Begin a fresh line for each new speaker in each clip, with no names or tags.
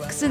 楠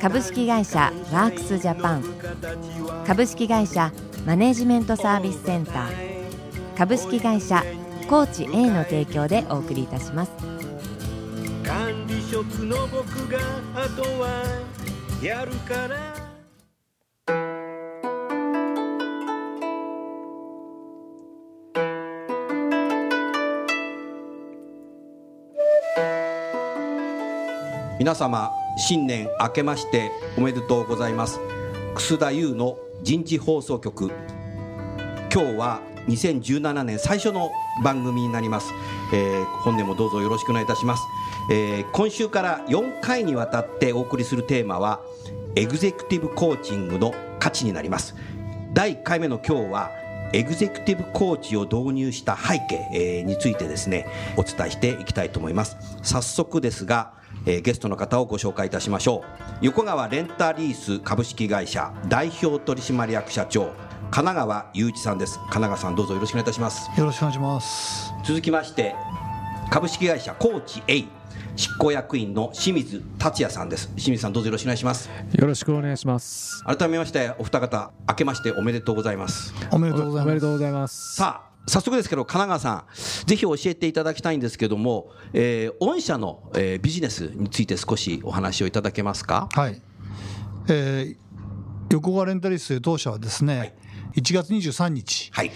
株式会社ワークスジャパン株式会社マネジメントサービスセンター株式会社コーチ A の提供でお送りいたします
管理職の僕があとはやるから
皆様新年明けましておめでとうございます楠田優の人事放送局今日は2017年最初の番組になります、えー本年もどうぞよろしくお願いいたします、えー今週から4回にわたってお送りするテーマはエグゼクティブコーチングの価値になります第1回目の今日はエグゼクティブコーチを導入した背景、えーについてですねお伝えしていきたいと思います早速ですが、えーゲストの方をご紹介いたしましょう横川レンタリース株式会社代表取締役社長神奈川雄一さんです神奈川さんどうぞよろしくお願いいたします
よろしくお願いします。
続きまして株式会社コーチ A 執行役員の清水達也さんです清水さんどうぞよろしくお願いします
よろしくお願いします。
改めましてお二方明けましておめでとうございます
おめでとうござい
おめ
ま。
ですとうございます。
さあ早速ですけど神奈川さんぜひ教えていただきたいんですけども、えー御社の、えービジネスについて少しお話をいただけますか
はい。えー横川レンタリスという当社はですね、1月23日、
はい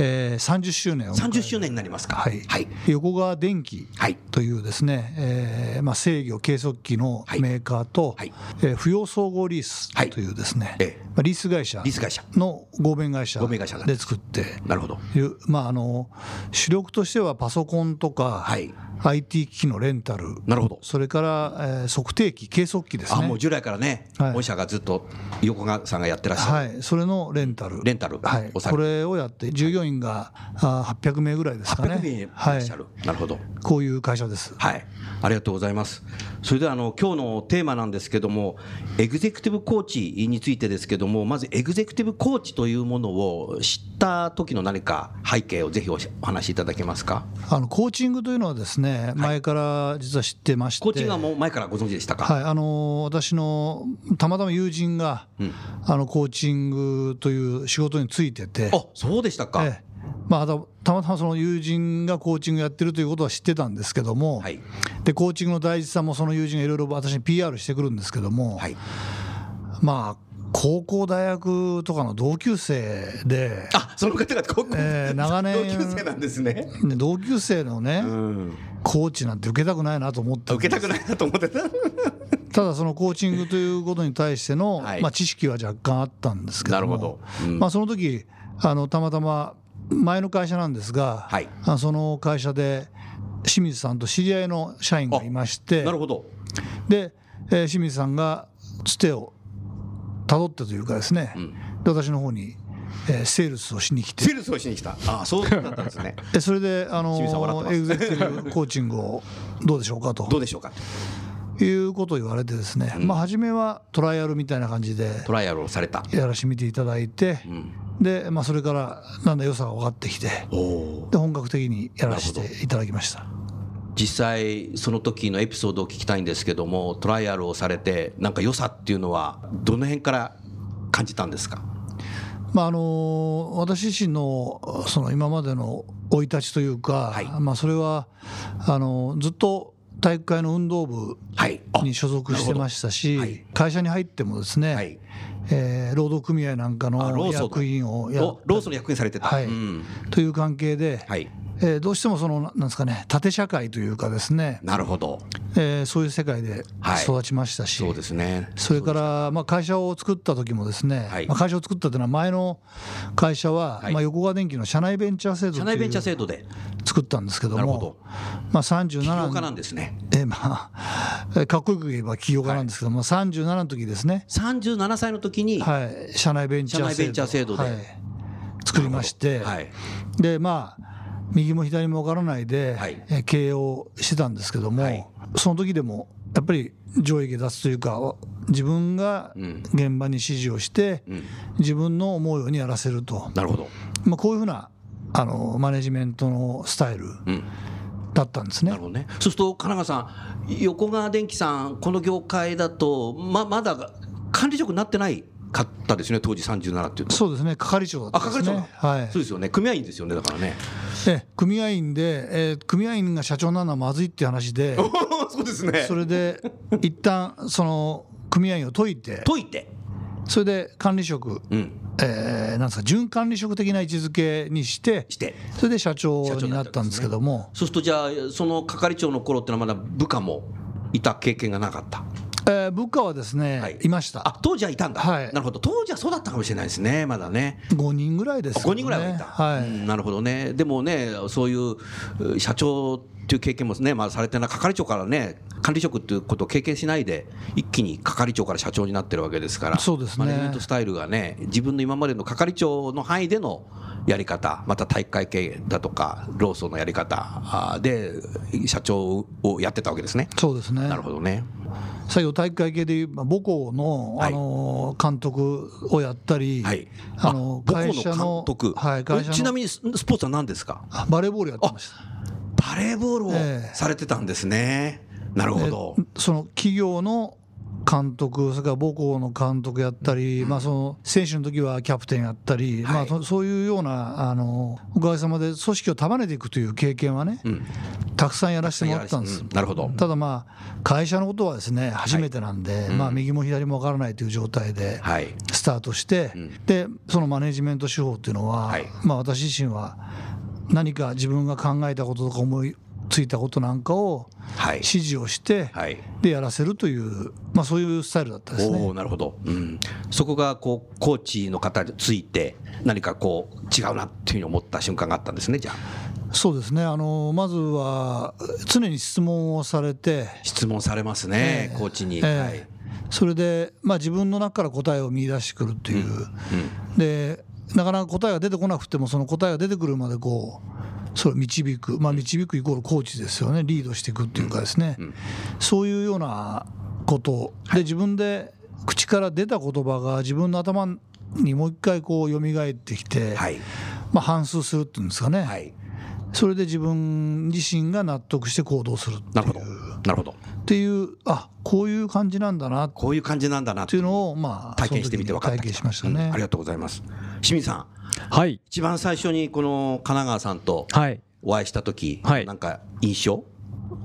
えー30周年を迎え
30周年になりますか
はい、
はい
横川電機
はい
というですね、えーまあ、制御計測器の
はい
メーカーと、
はい
えー扶養総合リース
はい
というですね、
ええ
まあ、リース会社
リース会社
の合弁会社
合弁会社だ
で作って
なるほど
いう、まあ、あの主力としてはパソコンとか、
はい
IT 機器のレンタル、
なるほど
それから、えー測定器、計測器です
あ
ね
もう。従来からね、
はい
御社がずっと横川さんがやってらっしゃる、
はい、それのレンタル。
レンタル
はい、
おされ
これをやって、従業員があー800名ぐらいですかね。
800名いらっしゃる、なるほど
はい。こういう会社です。
はい、ありがとうございます。それではあの今日のテーマなんですけども、エグゼクティブコーチについてですけども、まずエグゼクティブコーチというものを知った時の何か背景をぜひおしお話しいただけますか。
あのコーチングというのはですね、前から実は知ってまして。
コーチングはもう前からご存知でしたか。
はい、あの私のたまたま友人が、
うん
あのコーチングという仕事についてて、
あ、そうでしたか。
ええまあ、あとたまたまその友人がコーチングやってるということは知ってたんですけども、
はい
でコーチングの大事さもその友人がいろいろ私に PR してくるんですけども、
はい。
まあ高校大学とかの同級生で、
あ、その方が高校、
ええ長年
同級生なんですね。
ね同級生のね、
うん。
コーチなんて受けたくないなと思って
受けたくないなと思ってた。
ただそのコーチングということに対しての、
はい
まあ、知識は若干あったんですけども
なるほどうん
まあ、その時あのたまたま前の会社なんですが、
はい
あのその会社で清水さんと知り合いの社員がいまして
なるほど。
で、えー清水さんがつてをたどってというかですね、
うん。
で私の方に、えーセールスをしに来て
セールスをしに来た。あ、そうだったん ですね。
でそれで、あの
清水さん笑ってま
ー、
す
エグゼクティブコーチングをどうでしょうかと
どうでしょうか。
いうことを言われてですね、
うん
まあ初めはトライアルみたいな感じで
トライアルをされた。
やらしてみていただいて
う、ん。
で、まあ、それからだんだん良さが分かってきて
おお。
で本格的にやらせ
なるほ
ていただきました
実際その時のエピソードを聞きたいんですけどもトライアルをされてなんか良さっていうのはどの辺から感じたんですか
まああの私自身のその今までの生い立ちというか、
はい
まあ、それはあのずっと体育会の運動部
はいあ
に所属してましたし、
なるほどはい
会社に入ってもですね、
はい
えー労働組合なんか
あ
の
労組
役員をや
ロローソンの役員されてた、
はい
うん
という関係で、
はい
えーどうしてもそのななんですかね縦社会というかですね、
なるほど
えーそういう世界で
はい
育ちましたし、
そうですね
それからまあ会社を作った時もですね、
はい
まあ会社を作ったというのは前の会社は、
はい
まあ横川電機の社内ベンチャー制度
社
と
内ベンチャー
い
制
う
度で
作ったんですけど
なるほ
も
ど、
まあ37
起業
の
家なんですね
えーまあ えーかっこよく言えば起業家なんですけども、37の時ですね、
37歳の時に、
はい、社内ベンチャー制
社
度
内ベンチャー制度で
はい、作りまして、
はい
でまあ右も左も分からないで、
はい
えー経営をしてたんですけども、
はい
その時でもやっぱり上意下脱というかわ自分が
うん
現場に指示をして、
うん、
自分の思うようにやらせると、
なるほど、
まあ、こういうふうなあのマネジメントのスタイル
うん、
だったんです
な
ね
る。ほどね。そうすると金川さん、横川電機さんこの業界だとままだ管理職になってない方ですね。当時37っていうと。
そうですね係長だったんです
あ
ね
係、
はい
そうですよね。組合員ですよね。だからね。
ええ組合員で、えー組合員が社長なのはまずいっていう話で
そうですね
それで一旦その組合員を解いて
解いて。
それで管理職
うん。
えーなんですか準管理職的な位置づけにして
して。
それで社長になったんですけども、
そうするとじゃあその係長の頃ってのはまだ部下もいた経験がなかった。
えー部下はですね、
はい
い、ました
あ当時はいたんだ。
はい
なるほど。当時はそうだったかもしれないですね。まだね。
5人ぐらいですけど
5人ぐらいはいた、
はい
うんなるほどねでもねそういうう社長っていう経験もね、まあ、されてない係長からね管理職っていうことを経験しないで一気に係長から社長になってるわけですから
そうですね
マネジメントスタイルがね自分の今までの係長の範囲でのやり方また体育会系だとか労組のやり方あーで社長をやってたわけですね。
そうですね
なるほどね
最後体育会系でいうまあ母校の、
はい
あのー監督をやったり、
はい
あのー
母校
会社の
の監督、
はい、会社の
ちなみにススポーツは何ですか
あバレーボールやってました
バレーボール
え
を
え
されてたんですね。なるほど。
えその企業の監督それから母校の監督やったり、まあ、その選手の時はキャプテンやったり、
はい
まあ、そそういうようなあのおかげさまで組織を束ねていくという経験はね、
うん。
たくさんやらせてもらったんです、
うんなるほど。
ただまあ会社のことはですね初めてなんで、まあ、右も左も分からないという状態で
はい。
スタートして、
うん
でそのマネジメント手法っていうのは、
はい
まあ、私自身は何か自分が考えたこととか思いついたことなんかを
はい
指。示をして、
はい。
でやらせるという、まあ、そういうスタイルだったです
お
ね。
お、なるほど。うん。そこがこうコーチの方について何かこう違うなっていうふうに思った瞬間があったんですね。じゃあ
そうですねあのまずは常に質問をされて、
質問されますね、コーチに。
ええそれで、まあ、自分の中から答えを見出してくるっていう、でなかなか答えが出てこなくてもその答えが出てくるまでこうそれを導く、まあ、導くイコールコーチですよねリードしていくっていうかですね、そういうようなことで自分で口から出た言葉が自分の頭にもう一回こう蘇ってきて、
はい。はい。
まあ、反芻するっていうんですかね。
はい。
それで自分自身が納得して行動するって
ないるほど。
う
なるほど。
っていうあこういう感じなんだなっ
こういう感じなんだなってて
いうのをまあ
体験してみて分かった。
体験しましたね、
うんありがとうございます。清水さん、
はい。
一番最初にこの神奈川さんと
はい。
お会いした時、
はい
なんか印象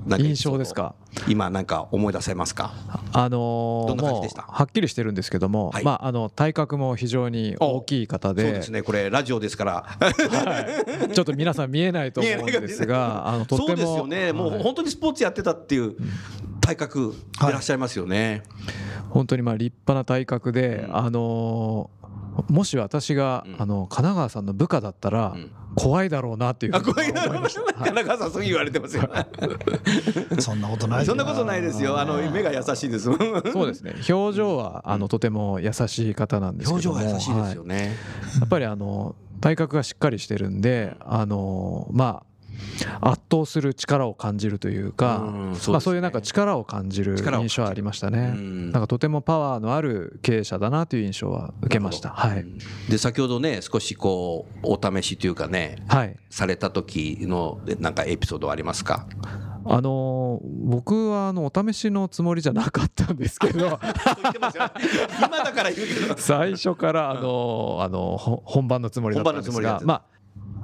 なんか
印象ですか
今なんか思い出せますか
あのー
どんな感じ
も
で
う
した
はっきりしてるんですけども、
はい
まああの体格も非常に大きい方
そう
で、
ですねこれラジオですから
はいちょっと皆さん見えないと思うんですが、あのとっ
そ
て
うで
も
すよね、もう
はい
本当にスポーツやってたっていう体格でいらっしゃいますよね、
本当にまあ立派な体格で、
うん
あのーもし私が、
うん
あの神奈川さんの部下だったら、
うん
怖いだろうなっていうふう
あ
に
こういうの
思いました
神奈川さんそう言われてますよ
そんなことない
そんなことないですよあの目が優しいです表
そうですね表情は、あのとても優しい方なんですけど
情
も
が優しいですよね、
はいやっぱりあの体格がしっかりしてるんであのまあ圧倒する力を感じるというか、
うんそうですね
まあ、そういうなんか力を感じる
力を感じる
印象はありました
う
ね
ん
なんかとてもパワーのある経営者だなという印象は受けましたは
う
い
んで先ほどね少しこうお試しというかね
はい
された時のなんかエピソードはありますか
あの僕はあのお試しのつもりじゃなかったんですけ ど
今だから言うけ ど
最初からあのあのほ本番のつもりだったんで
本番のつも
す
りだっ
が
た
ま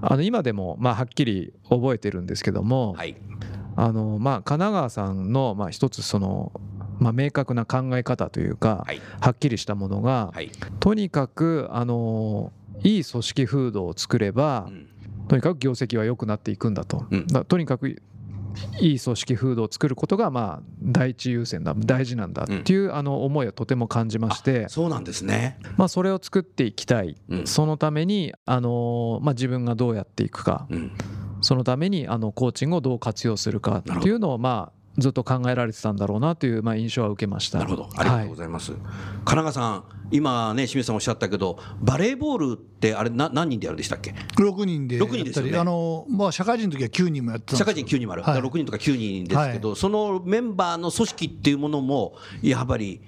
ああの今でもまあはっきり覚えてるんですけども、
はい
あのまあ、神奈川さんのまあ一つその、まあ、明確な考え方というか、
はい
はっきりしたものが、
はい、
とにかくあのいい組織風土を作れば、
うん
とにかく業績は良くなっていくんだと、
うん
だとにかくいい組織風土を作ることがまあ第一優先だ大事なんだっていうあの思いをとても感じまして、
そうなんですね。
まあ、それを作っていきたい、
うん
そのために、あのーまあ、自分がどうやっていくか
うん
そのためにあのコーチングをどう活用するか
なる
っ
ほ
てい
ど
うのをまあずっと考えられてたんだろうなというまあ印象は受けました。
なるほど、ありがとうございます。神奈川さん、今ね、清水さんおっしゃったけど、バレーボールって、あれ、な何人でやるんでしたっけ
6人でやっ
六人です
た
よ
り、
ね
あのまあ、社会人の時は9人もやってたん
社
で
会
す
人
け
9人もある、
はい
だから6人とか9人ですけど、そのメンバーの組織っていうものも、やはり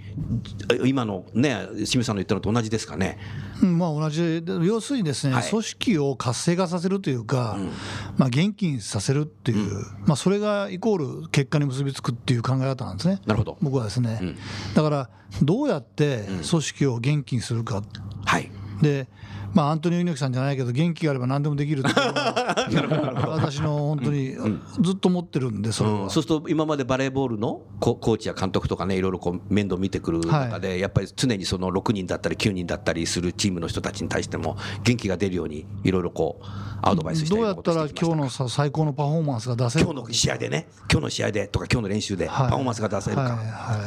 今のね、清水さんの言ったのと同じですかね。
ど、うんまあ、同じで要するにですね、
はい
組織を活性化させるというか、
うん
まあ、元気にさせるっていう、まあ、それがイコール結果に結びつくっていう考え方なんですね。
なるほど、
僕はですね、
うん
だからどうやって組織を元気にするか、
はい、
で、まあ、アントニオ猪木さんじゃないけど元気があれば何でもできるっていうの は私の本当にずっと思ってるんでそれは、
うんそうすると今までバレーボールのココーチや監督とかねいろいろこう面倒見てくる中で、やっぱり常にその6人だったり9人だったりするチームの人たちに対しても元気が出るようにいろいろこうアドバイスして
どうやったら
いくこ
今
と
日
を
の
してきまし
さ最高のパフォーマンスが出せ
た
る
か今日の試合でね今日の試合でとか今日の練習で
はい
パフォーマンスが出せるか、
はいは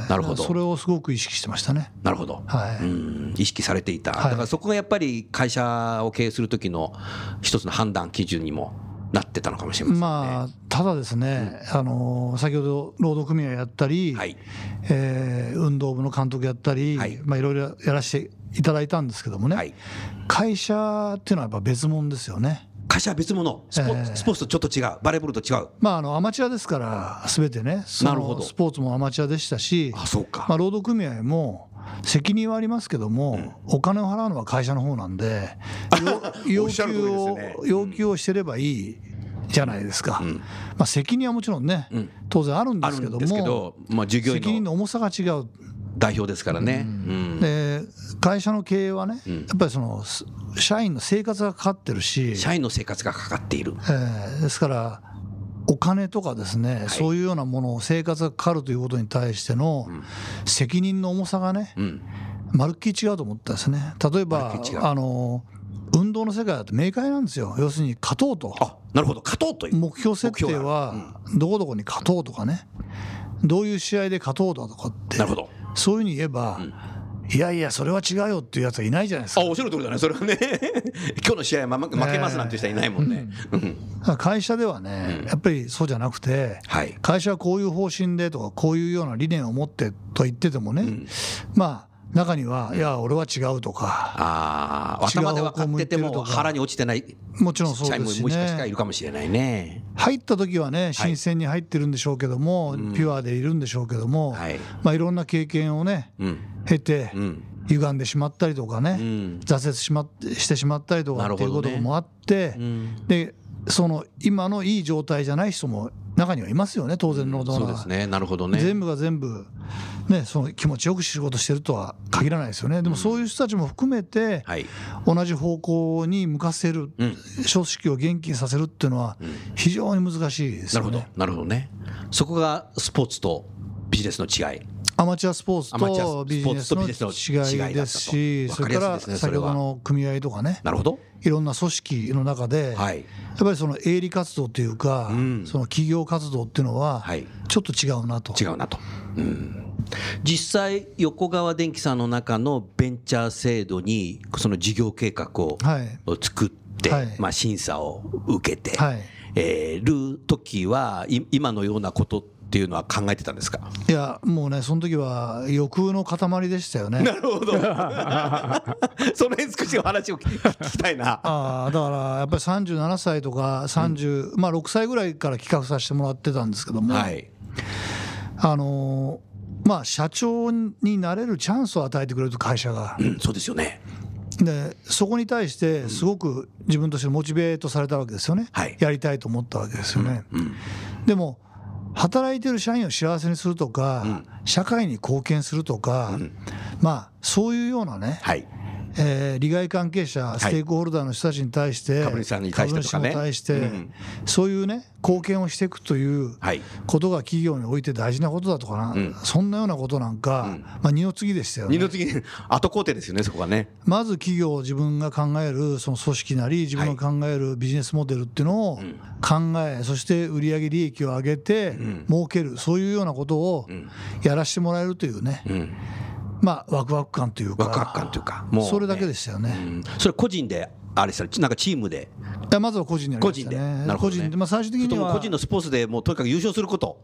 い
なるほど
それをすごく意識してましたね
なるほど、
はい
うん意識されていた、
はい
だからそこがやっぱり会社を経営する時の一つの判断基準にもなってたのかもしれませんね。
まあただですね、あの先ほど労働組合やったり、
はい
えー運動部の監督やったり、
はい
いまあ、いろいろやらせていただいたんですけどもね、
はい
会社っていうのはやっぱ別物ですよね。
会社は別物スポ,、
ええ
スポーツとちょっと違うバレーボールと違う
まあ、あのアマチュアですから、すべてね、その
なるほど
スポーツもアマチュアでしたし、
あそうか、
まあ、労働組合も責任はありますけども、お金を払うのは会社の方なんで、よ
おっ
要
しゃる
求
通りですよ
を
ね、
要求をしてればいいじゃないですか、
うん
まあ、責任はもちろんね、
うん
当然あるんで
あ
す
る
けど
んですけ
も、
ど、まあ、従業
責
員
任
の
の重さが違う。
代表ですからね、うん
で会社の経営はね、
ん
やっぱりそのす社員の生活がかかってるし、
社員の生活がかかっている、
えーですからお金とかですね、
い
そういうようなものを生活がかかるということに対しての責任の重さがね、
うん、
まるっきり違うと思ったんですね例え
まる
ば
っきり違う
あの運動の世界だと明快なんですよ要するに勝とうと
あなるほど勝とうという
目標設定はどこどこに勝とうとかね、どういう試合で勝とうだとかって
なるほど
そういうふうに言えば、いやいやそれは違うよっていうやつはいないじゃないですか
あおっしゃる通りだねそれはね 今日の試合は負け負けますなんて人はいないもんね、うん
会社ではね、やっぱりそうじゃなくて、
はい
会社はこういう方針でとか、こういうような理念を持ってと言っててもね、まあ、中には、いや、俺は違うとか、
あー頭で分かってて
違う方向向いてると
も
か
腹に落ちてない
もちろんそう
社員
で
も
す
も
し
しかしたらい
ね
る、かもしれないね
入った時はね、新鮮に入ってるんでしょうけども、ピュアでいるんでしょうけども、
はい
いまあ、いろんな経験をね、
うん
経て、
うん
歪んでしまったりとかね、
うん
挫折しまってしてしまったりと
な
か
る
ってい
ほ
う
ど
こ
ね
ともあって、
うん
でその今のいい状態じゃない人も中にはいますよね、当然の
そうですねなるほどね
全部が全部、ね、その気持ちよく仕事してるとは限らないですよね、でもそういう人たちも含めて、
はい
同じ方向に向かせる、
ん
組織を元気にさせるっていうのは、非常に難しいです
なる
よ
ほど
ね。
なるほどねそこがスポーツとビジネスの違い
アマチュアスポーツ
アマチュ
と
ア
ビジネス
スポーツと
の
ビジネスの
違
違い
い
だったと
ですし、
わ
そ
かり
れ
や
か
すいで
ら
すね
先ほどの組合とかね、
なるほど
いろんな組織の中で、
は
やっ
い
ぱりその営利活動というか、
ん
その企業活動っていうのは
はい、
ちょっと違うなと。
違うなと、うん実際横川電機さんの中のベンチャー制度にその事業計画を
はい
作って、
はい
まあ、審査を受けて、
はい
えーる時はい今のようなことっていうのは考えてたんですか
いやもうねその時は欲の塊でした よね。
なるほどその辺少しお話を聞聞きたい な
ああだからやっぱり37歳とか30、まあ、6歳ぐらいから企画させてもらってたんですけども、
はい
あのーまあ、社長になれるチャンスを与えてくれると会社が
う、んそうですよね
でそこに対してすごく自分としてモチベートされたわけですよね、
はい
やりたいと思ったわけですよね。
うん
でも働いてる社員を幸せにするとか、社会に貢献するとか、まあそういうようなね、
はい
えー利害関係者、ステークホルダーの人たちに対して、
株主さんに対してとかね
株主に対して
うん
そういうね、貢献をしていくという
はい
ことが企業において大事なことだとかな、
うん
そんなようなことなんか、
うん
まあ、二の次でしたよ
二
ね。
の次に後工程ですよねそこがね
まず企業を自分が考えるその組織なり自分の考えるビジネスモデルっていうのを
ん
考え、そして売上利益を上げて
ん
儲けるそういうようなことを
ん
やらせてもらえるというね、
うん
まあワクワク感というか
ワクワク感というかもうね
それだけでしたよね、
うんそれ個人であれしたなんかチームで
だからまずは個人になりました
個
ね
人でなるほどね
個人でまあ、最終的
ちょっと
に
もう
は
個人のスポーツでもうとにかく優勝すること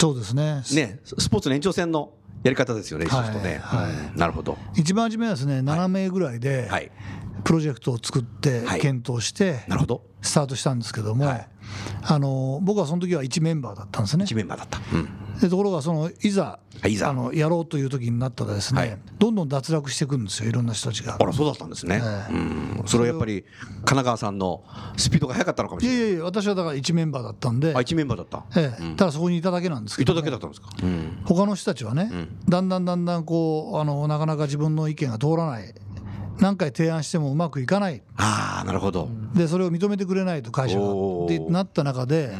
そうですね
ねスポーツの延長戦のやり方ですよねそうするとね
はいはい
うんなるほど
一番初めはですね7名ぐらいで
はい
プロジェクトを作って
はい
検討して
なるほど
スタートしたんですけども、
はい
あの僕はその時は1メンバーだったんですね
一メンバーだったうん
でところがそのいざ
はいいざ
あのやろうという時になったらですね、
はい
どんどん脱落していくんですよいろんな人たちが
あ。らそうだったんですね
ええ
うんそれはやっぱり神奈川さんのスピードが速かったのかもし
い
れ
や
ない
いやいや私はだから1メンバーだったんで、
あ一メンバーだった
ええただそこにいただけなんですけ
いた
ど
だ
ね、
けだったんですかうん
他の人たちはね、だんだんだんだんこうあのなかなか自分の意見が通らない何回提案してもうまくいかない
ああなるほど
でそれを認めてくれないと会社が
おー
ってなった中で、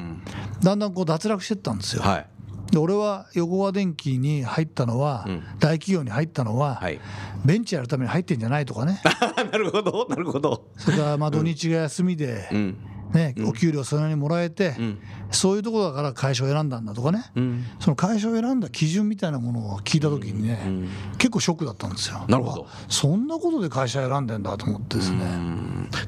だんだんこう脱落してったんですよ。
はい
で俺は横川電機に入ったのは、
うん
大企業に入ったのは、
はい
ベンチやるために入ってんじゃない とかね
なるほどなるほど
それからまあ土日が休みで、
うん
ね、お給料それなりにもらえて、
ん
そういうところだから会社を選んだんだとかね、
うん
その会社を選んだ基準みたいなものを聞いた時にね、結構ショックだったんですよ
なるほど
あそんなことで会社選んでんだと思ってですね、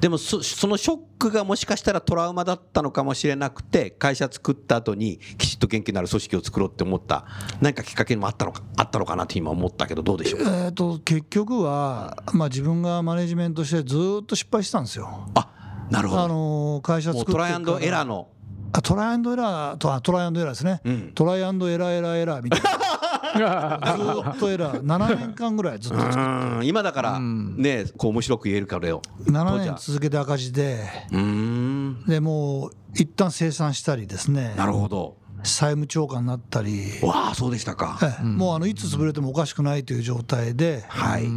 でもそそのショックがもしかしたらトラウマだったのかもしれなくて会社作った後にきちっと元気のある組織を作ろうって思った何かきっかけもあったのかあったのかなって今思ったけどどうでしょう
えー、と結局は、まあ、自分がマネジメントしてずーっと失敗してたんですよ。
あなるほ
あ
ど
のー会社
も
作っ
う
て
トライアンドエラー
ー
の
あトライアンドエラーとあトライアンドエラーですね、
うん
トライアンドエラーエラーエラー みたいなずーっとエラー7年間ぐらいずっ
う
と
ーん今だからねこう面白く言えるからよ
7年続けて赤字で
うーん
でもう一旦生産したりですね
なるほど
債務超過になったり、
わあそうでした
え
か
えもうあのいつ潰れてもおかしくないという状態で、
はい
あ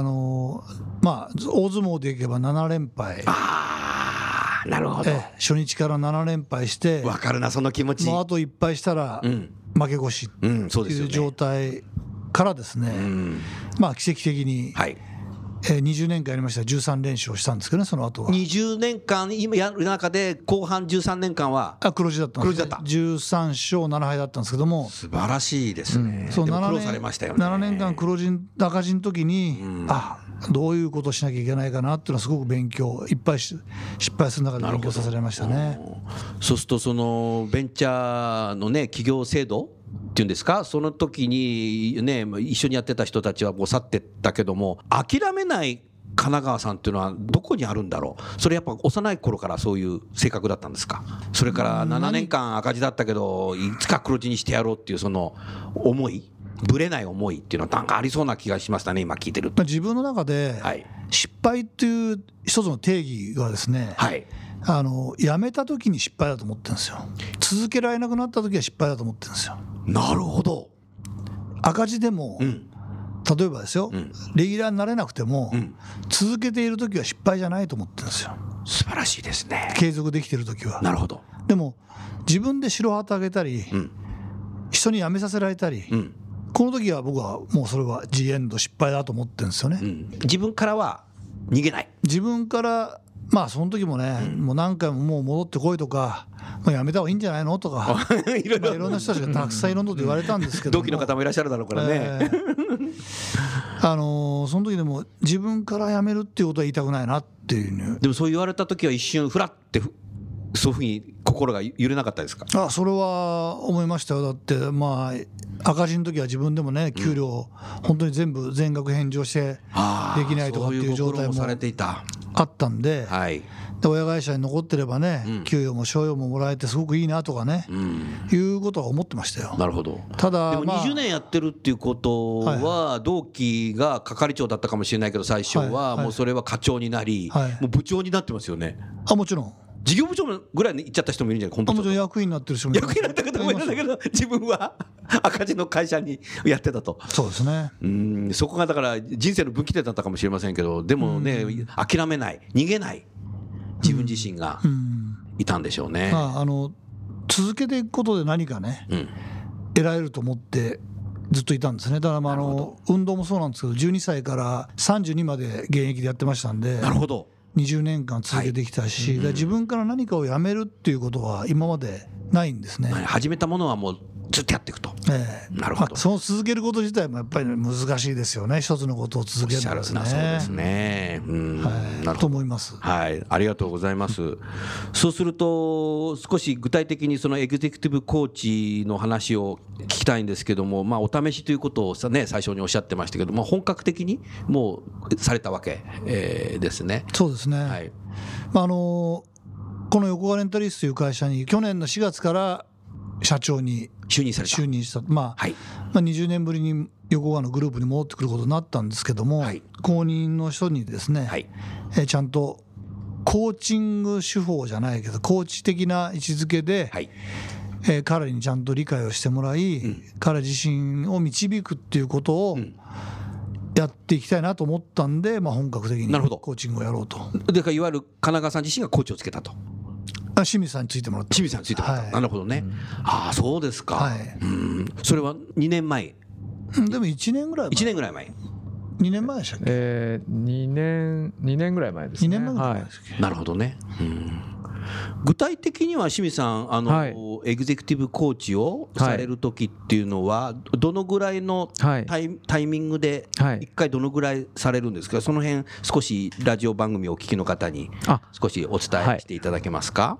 のーまあ、大相撲でいけば7連敗、
ああなるほど
ええ初日から7連敗して
わかるなその気持ち
もうあと一敗したら
ん
負け越しっ
うんそう
て
です
い
よ
う状
ね
態からですね、
うん
まあ奇跡的に、
はい
えー20年間やりました13連勝したんですけどねその後は
20年間今やる中で後半13年間は
あ黒字だったんです
黒
ね
字だった
13勝7敗だったんですけども
素晴らしいですね、
そ
でも
の
苦
7
労
年
されましたよね
7年間黒字赤字の時に、あどういうことしなきゃいけないかなっていうのはすごく勉強いっぱいし失敗する中で勉強させられましたね。
そうするとそのベンチャーのね企業制度っていうんですかその時にね一緒にやってた人たちはもう去ってったけども諦めない神奈川さんっていうのはどこにあるんだろうそれやっぱ幼い頃からそういう性格だったんですかそれから7年間赤字だったけどいつか黒字にしてやろうっていうその思いぶれない思いっていうのはなんかありそうな気がしましたね今聞いてると
まあ、自分の中で
はい
失敗っていう一つの定義がですね、
はい
あの辞めた時に失敗だと思ってるんですよ続けられなくなった時は失敗だと思ってるんですよ
なるほど
赤字でも、
うん
例えばですよ、
ん
レギュラーになれなくても、
ん
続けている時は失敗じゃないと思ってるんですよ
素晴らしいですね
継続できてる時は
なるほど
でも自分で白旗あげたり、
うん
人に辞めさせられたり、
うん
この時は僕はもうそれはジエンド失敗だと思ってるんですよね、
うん自分からは逃 げない
自分からまあその時もね、もう何回ももう戻ってこいとかもうやめた方がいいんじゃないのとか
いろい
まあいろんな人たちがたくさんいろんなこと言われたんですけど
同期の方もいらっしゃるだろうからね、
ええあのーその時でも自分から辞めるっていうことは言いたくないなっていうね
でもそう言われた時は一瞬ふらってふそういうふうに心が揺れなかったですか
あそれは思いましたよだってまあ赤字の時は自分でもね給料本当に全部全額返上して
あー
できないとかっていう
そういうご
状態
苦労も
も
されていた
あったんで
はい、
で親会社に残ってればね給与も賞与ももらえてすごくいいなとかね
うん、
いうことは思ってましたよ
なるほど
た
で
だ
も
まあ
20年やってるっていうことは同期が係長だったかもしれないけど最初
はい
は
はい
もうそれは課長になり
はい
もう部長になってますよね
あもちろん
事業部長ぐらいに行っちゃった人もいるんじゃない本当
あもちろん役員になってる人もいます
役になった方もいるんだけど自分は赤字の会社にやってたと
そうですね
うんそこがだから人生の分岐点だったかもしれませんけどでもね
うん
諦めない逃げない自分自身が
うん
いたんでしょうね。
まああの続けていくことで何かね
うん
得られると思ってずっといたんですねだからまああ
なる
の運動もそうなんですけど12歳から32まで現役でやってましたんで
なるほど
20年間続けてきたし、だから自分から何かをやめるっていうことは今までないんですね。
はい始めたものはもうずっとやっていくと。
ええ
なるほど
まあ、その続けること自体もやっぱり難しいですよね一つのことを続
おっ
ける
しゃる
のは
なそうですね。うん
はい、
なる
と
ほど。
思います。
はい、ありがとうございます。そうすると、少し具体的にそのエグゼクティブコーチの話を聞きたいんですけども、まあ、お試しということをさね、最初におっしゃってましたけど、まあ、本格的にもうされたわけ、えーですね。
そうですね、
はい。
まあ、あのこの横川レンタリースという会社に去年の4月から社長に
就任された
就。任した、まあ
はい。
まあ、20年ぶりに横川のグループに戻ってくることになったんですけども、
はい
後任の人にですね、
はい。
えーちゃんとコーチング手法じゃないけどコーチ的な位置づけで、
はい。
えー彼にちゃんと理解をしてもらい、彼自身を導くっていうことを
ん
やっていきたいなと思ったんで、まあ、本格的に
なるほど
コーチングをやろうとあ
でかいわゆる神奈川さん自身がコーチをつけたと。
清水さんについてもらって
清水さんについてもらった、
はい
なるほどね。ああ、そうですか。
はい
うん。それは2年前、
うんでも1年ぐらい
1
前
年ぐらい前。
2年前でしたっけ、
えー、2年2年ぐらい前ですね
2年前ぐらい前
は
で
い
すっ
なるほどね。うん具体的には清水さん、あの、
はい
エグゼクティブコーチをされる時っていうのは、どのぐらいの
はい
タイ,、タイミングで、
はい
一回どのぐらいされるんですか、その辺少しラジオ番組をお聞きの方に、
あ
少しお伝えしていただけますか。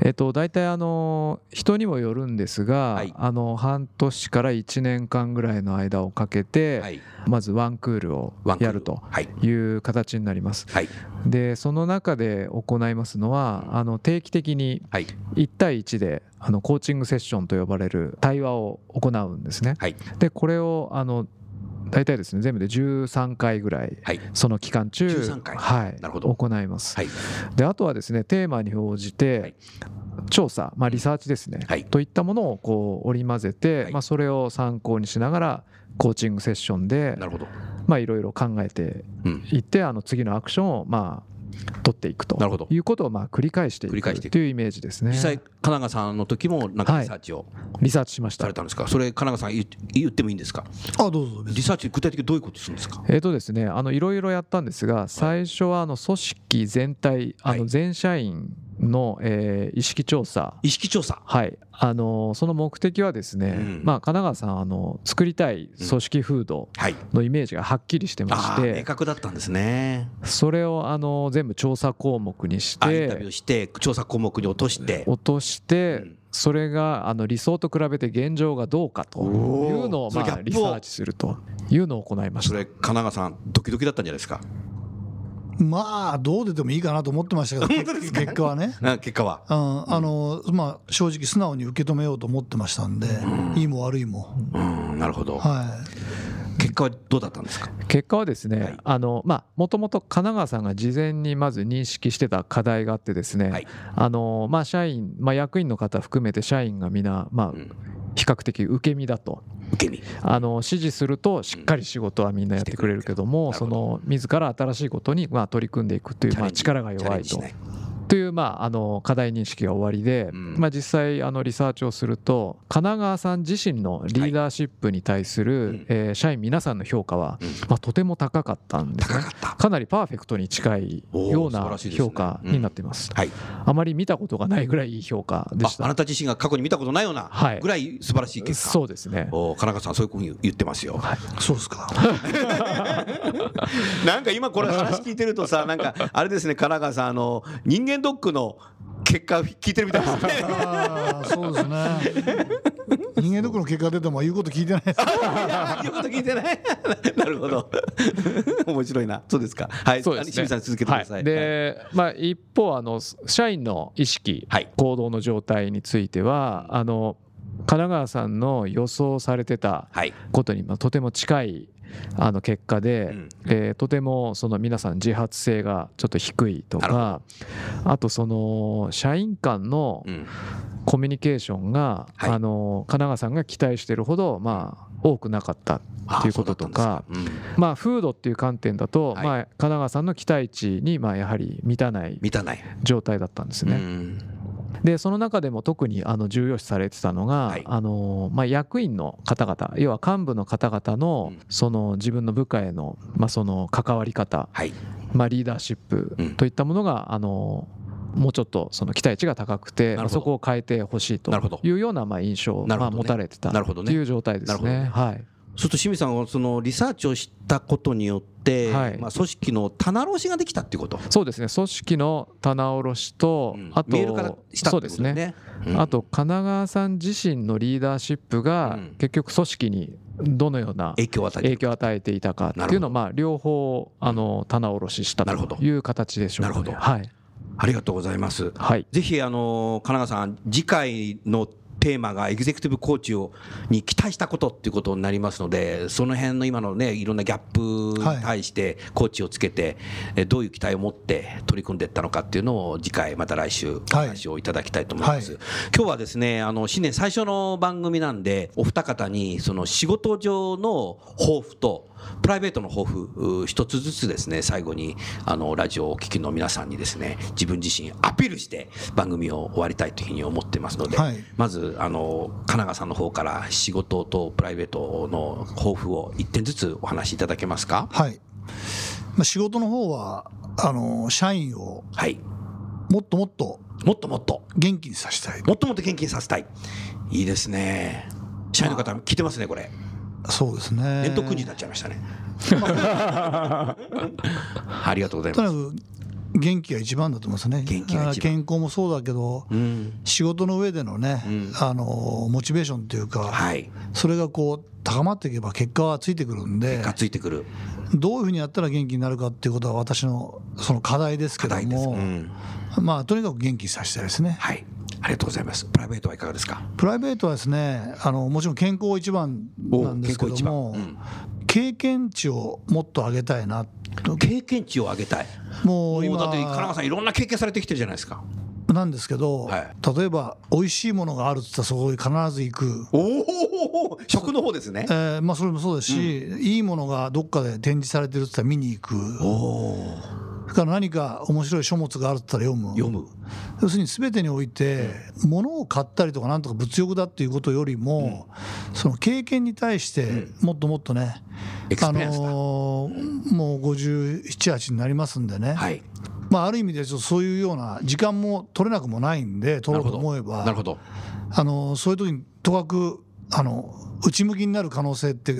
えっと大体あの人にもよるんですが、
はい
あの半年から1年間ぐらいの間をかけて、
はい
まずワンクールを
ワンクール
やると
はい
いう形になります。
はい、
でその中で行いますのはあの定期的に
はい、
1対1であのコーチングセッションと呼ばれる対話を行うんですね。
はい、
でこれをあの大体ですね全部で13回ぐらい
はい、
その期間中
13回
はい、
なるほど
行います。
はい、
であとはですねテーマに応じて、
はい
調査、まあ、リサーチですね、
はい
といったものをこう織り交ぜて、
はい
まあ、それを参考にしながらコーチングセッションで
なるほど。
まあいろいろ考えて
うん、
いってあの次のアクションをまあ取っていくと
なるほど
いうことをまあ繰り返してい
繰り返してい
く
く
というイメージですね
実際、神奈川さんの時もなんか
はい
リサーチを
リサーチしまし
さ
た
れたんですか、それ、神奈川さん言って、言ってもいいんですか、
けあどうぞ別
リ
に
サーチ、具体的にどういうことするんですか。
えーとですね、あのいろいろやったんですが最初はあの組織全体あ
は
の
い
全社員の、えー意識調査
意識調査、
はい、あのその目的はですね、
うん
まあ、神奈川さんあの作りたい組織風土
はい、
のイメージがはっきりしてま
あ
し
あ
て、
ー明確だったんですね。
それをあの全部調査項目にし
あインタビュ
て
ーして調査項目に落として
落として、
うん
それがあの理想と比べて現状がどうかとい
おー
うのを、
そ
ま
のギャ
あ、
ッ
リ
プ
サ
を
ーチするというのを行いまし
そ
た。
れ神奈川さんドキドキだったんじゃないですか
まあどう出てもいいかなと思ってま したけど結結果はね
あ結果は
うんあのまあ、正直素直に受け止めようと思ってましたんで、いいも悪いも、
うんなるほど
は
結果はどうだったんですか
結果はですね、
はい
あのまあもともと神奈川さんが事前にまず認識してた課題があってですね、
はい
あのまあ社員、まあ、役員の方含めて社員が皆まあ
ん
比較的受け身だと
受け身
あの指示するとしっかり仕事はみんなやってくれるけど
う
も、
んして
そ
くれる
の自ら新しいことにまあ取り組んでいくというまあ
チャレ
力
ン
が
ジ
弱い
チャ
と
レンジしな
というまああの課題認識が終わりで、
うん
まあ実際あのリサーチをすると神奈川さん自身のリーダーシップに対す
はいうん
るえー社員皆さんの評価はまあとても高かったんです
高
ね
か。った
かなりパーフェクトに近い
おー
よう
素晴
な
らしいですね
評価になっています。
はい
あまり見たことがないぐらいいい評価で
あ
し
あ
た
な。た自身が過去に見たことないような
はい
ぐらい素晴らしい結果
そうですね。
お神奈川さんそういうふうに言ってますよ
い、そうですか、
なんか今これ話聞いてると さなんかあれですね神奈川さんあの人間ドックの結果聞いてるみたいです ね
あーそうですね、人間ドックの結果出ても言うこと聞いてないです、
言うこと聞いてないなるほど面白いなそうですかはい
そうですね
清水さん続けてください
で、まあ、一方あの社員の意識、
はい
行動の状態についてはあの神奈川さんの予想されてた
はい
ことに、まあ、とても近いあの結果で、
うん
えーとてもその皆さん自発性がちょっと低いと
なるほ
かあとその社員間の
うん
コミュニケーションが、
はい
あの神奈川さんが期待してるほど、まあ、多くなかった
ああ
ということとか
そうだったんですかうん
まあ、フードっていう観点だ
は
と、
い
まあ、神奈川さんの期待値に、まあ、やはり満たない
満たない。
状態だったんです
う
ね。
ん
でその中でも特にあの重要視されてたのが、
はい
あのまあ、役員の方々要は幹部の方々の
うん
その自分の部下への,、まあその関わり方、
はい。
まあ、リーダーシップ
うん
といったものが、あのもうちょっとその期待値が高く
な
て
るほど
まあそこを変えてほしいと
なるほど
いうようなまあ印象を、
なるほ
まあ、
どね
持たれてた
なるほどね
という状態です
なる
ね。はい
そうすると清水さんはそのリサーチをしたことによって、
はい
まあ、組織の棚卸しができたっていうこと、
そうですね組織の棚卸しと、
うん
あと
見えるからしたってことです
そうですね
ね。
うん
あと神奈川さん自身のリーダーシップが
うん
結局組織にどのような
影響を与えて
影
る
響を与えていたかっていうのをまあ両方あの棚卸しした
なるほど
という形でしょうか、ね、
なるほど
はい、
ありがとうございます
はい、
ぜひあの神奈川さん次回のテーマがエグゼクティブコーチをに期待したことっていうことになりますのでその辺の今のねいろんなギャップに対してコーチをつけて、えどういう期待を持って取り組んでいったのかっていうのを次回また来週お話をいただきたいと思います、
はい
今日はですねあの新年最初の番組なんでお二方にその仕事上の抱負とプライベートの抱負う一つずつですね最後にあのラジオをお聞きの皆さんにですね自分自身アピールして番組を終わりたいというふうに思ってますので、
はい
まずあの神奈川さんの方から仕事とプライベートの抱負を一点ずつお話しいただけますか
はい。まあ、仕事の方は、あの、社員を
はい
もっともっと
もっともっと
元気にさせたい。
もっともっと献金させたいいいですね社員の方聞いてますねこれ
そうですね。
年頭くじになっちゃいましたね。ありがとうござい
と
ま
に
す。
かく元気が一番だと思いますね。
元気が一番
あー健康もそうだけど、
うん、
仕事の上でのね、
うん
あの、モチベーションというか、
はい、
それがこう、高まっていけば結果はついてくるんで、
がついてくる
どういうふうにやったら元気になるかっていうことは私のその課題ですけ
課
ど
題です。
も、
うん、
まあ、とにかく元気にさせたいですね。
はい、ありがとうございます。プライベートはいかがですか。
プライベートはですねあのもちろん健康一番なんですけども、経験値をもっと上げたいなと
経験値を上げたい。
も
も
う
う
今
だって神奈川さんいろんな経験されてきてるじゃないですか。
なんですけど、
は
例えば美味しいものがあるっつったらそこに必ず行く、
おお、食の方ですね
え。ーまあ、それもそうですし、いいものがどっかで展示されてるっつったら見に行く
おお、
だから何か面白い書物があるっつったら読む
読む。
要するに全てにおいて物を買ったりとかなんとか物欲だっていうことよりも、その経験に対してもっともっとね、
エクス
あ
ペリエンスだ
のーもう578になりますんでね、
はい、
まあ、ある意味でちょっとそういうような時間も取れなくもないんで取ろうと思
な
え
る
ば
ほど。
あのーそういう時にとかくあの内向きになる可能性って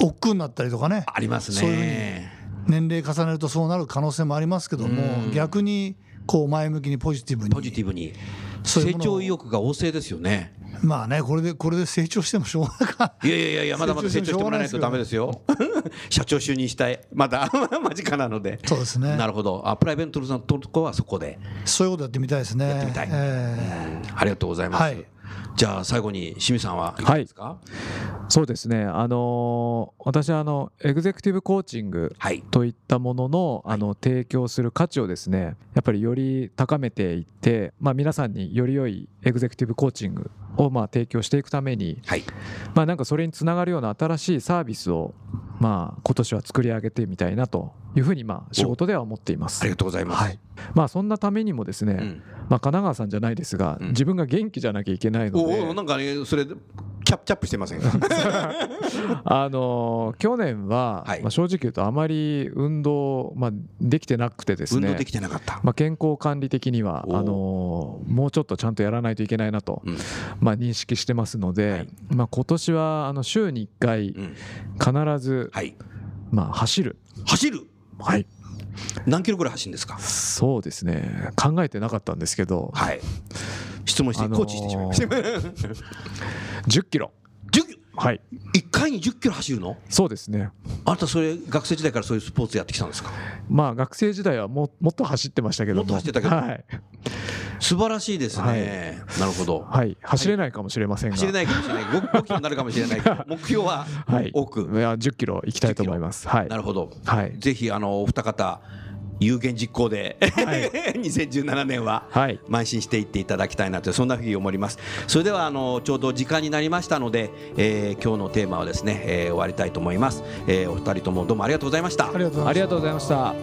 億劫になったりとかね
ありますね。
そういう年齢重ねるとそうなる可能性もありますけども逆にこう前向きにポジティブに
ポジティブに
そう
成
いうものを
長意欲が旺盛ですよね。
まあねこれでこれで成長してもしょうがないから
いやいやいやいや、まだまだ成長してもらわないとダメですよ。 社長就任したい。まだ 間近なので。
そうですね
なるほど。あ、プライベートのとこはそこで。
そういうことやってみたいですね
やってみたい
え
ありがとうございます。
はい
じゃあ最後に清水さんはいかがですか。
そうですねあのー私はあのエグゼクティブコーチング
はい。
といったもののあの提供する価値をですねやっぱりより高めていって、まあ、皆さんにより良いエグゼクティブコーチングをまあ提供していくために、
はい。
まあ、なんかそれにつながるような新しいサービスを、まあ、今年は作り上げてみたいなというふうにまあ仕事では思っていま
あ
す
り。がとうございます。
はいまあ、そんなためにもですね、
うん
まあ、神奈川さんじゃないですが、
うん
自分が元気じゃなきゃいけないの
お
で
お、なんかね、それキャップチャップしてませんか。
あのー去年は、
はい
まあ、正直言うとあまり運動、まあ、できてなくてです
運
ね
動できてなかった。
まあ、健康管理的には
おー
あのーもうちょっとちゃんとやらないといけないなと、
うん
まあ、認識してますので、
はい
まあ、今年はあの週に1回
うん
必ず、
はい。
まあ、走る、
走る。
はい、
何キロぐらい走るんですか。
そうですね考えてなかったんですけど
はい。質問して、
あのー
コーチしてしまいました。
1 0キロ
10キロ
はい
一回に10キロ走るの
そうですね
あなたそれ学生時代からそういうスポーツやってきたんですか
まあ学生時代はももっと走ってましたけ
も
ど
っと走ってたけど
はい
素晴らしいですね、なるほど
はい、走れないかもしれませんが、
走れないかもしれない5 5キロになるかもしれないけど目標は
はい
多く、
いや10キロ行きたいと思います。はい
な、るほど
はい、
ぜひあのお二方有言実行で、2017年 は
はい、
邁進していっていただきたいなとそんなふうに思いますそれではあのちょうど時間になりましたので、えー今日のテーマはですね、えー終わりたいと思います、えーお二人ともどうもありがとうございました
ありがとうございま
あ
す
りがとうございました。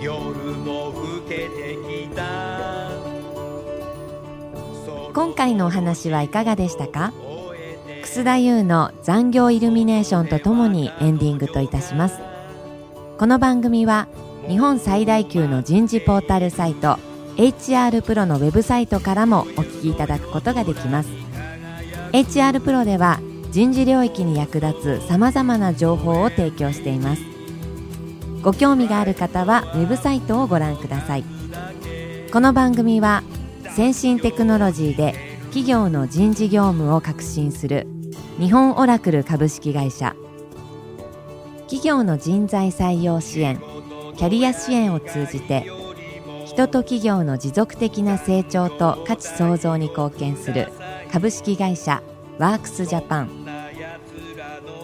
夜も更けてきた
今回のお話はいかがでしたか
終えて
楠田優の残業イルミネーションとともにエンディングといたしますこの番組は日本最大級の人事ポータルサイト HR プロのウェブサイトからもお聞きいただくことができます HR プロでは人事領域に役立つさまざまな情報を提供していますご興味がある方はウェブサイトをご覧くださいこの番組は先進テクノロジーで企業の人事業務を革新する日本オラクル株式会社企業の人材採用支援キャリア支援を通じて人と企業の持続的な成長と価値創造に貢献する株式会社ワークスジャパン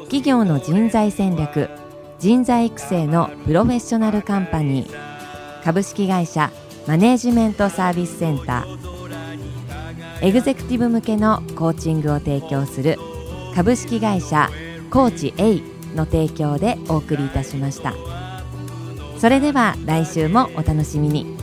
企業の人材戦略人材育成のプロフェッショナルカンパニー株式会社マネージメントサービスセンターエグゼクティブ向けのコーチングを提供する株式会社コーチ A の提供でお送りいたしましたそれでは来週もお楽しみに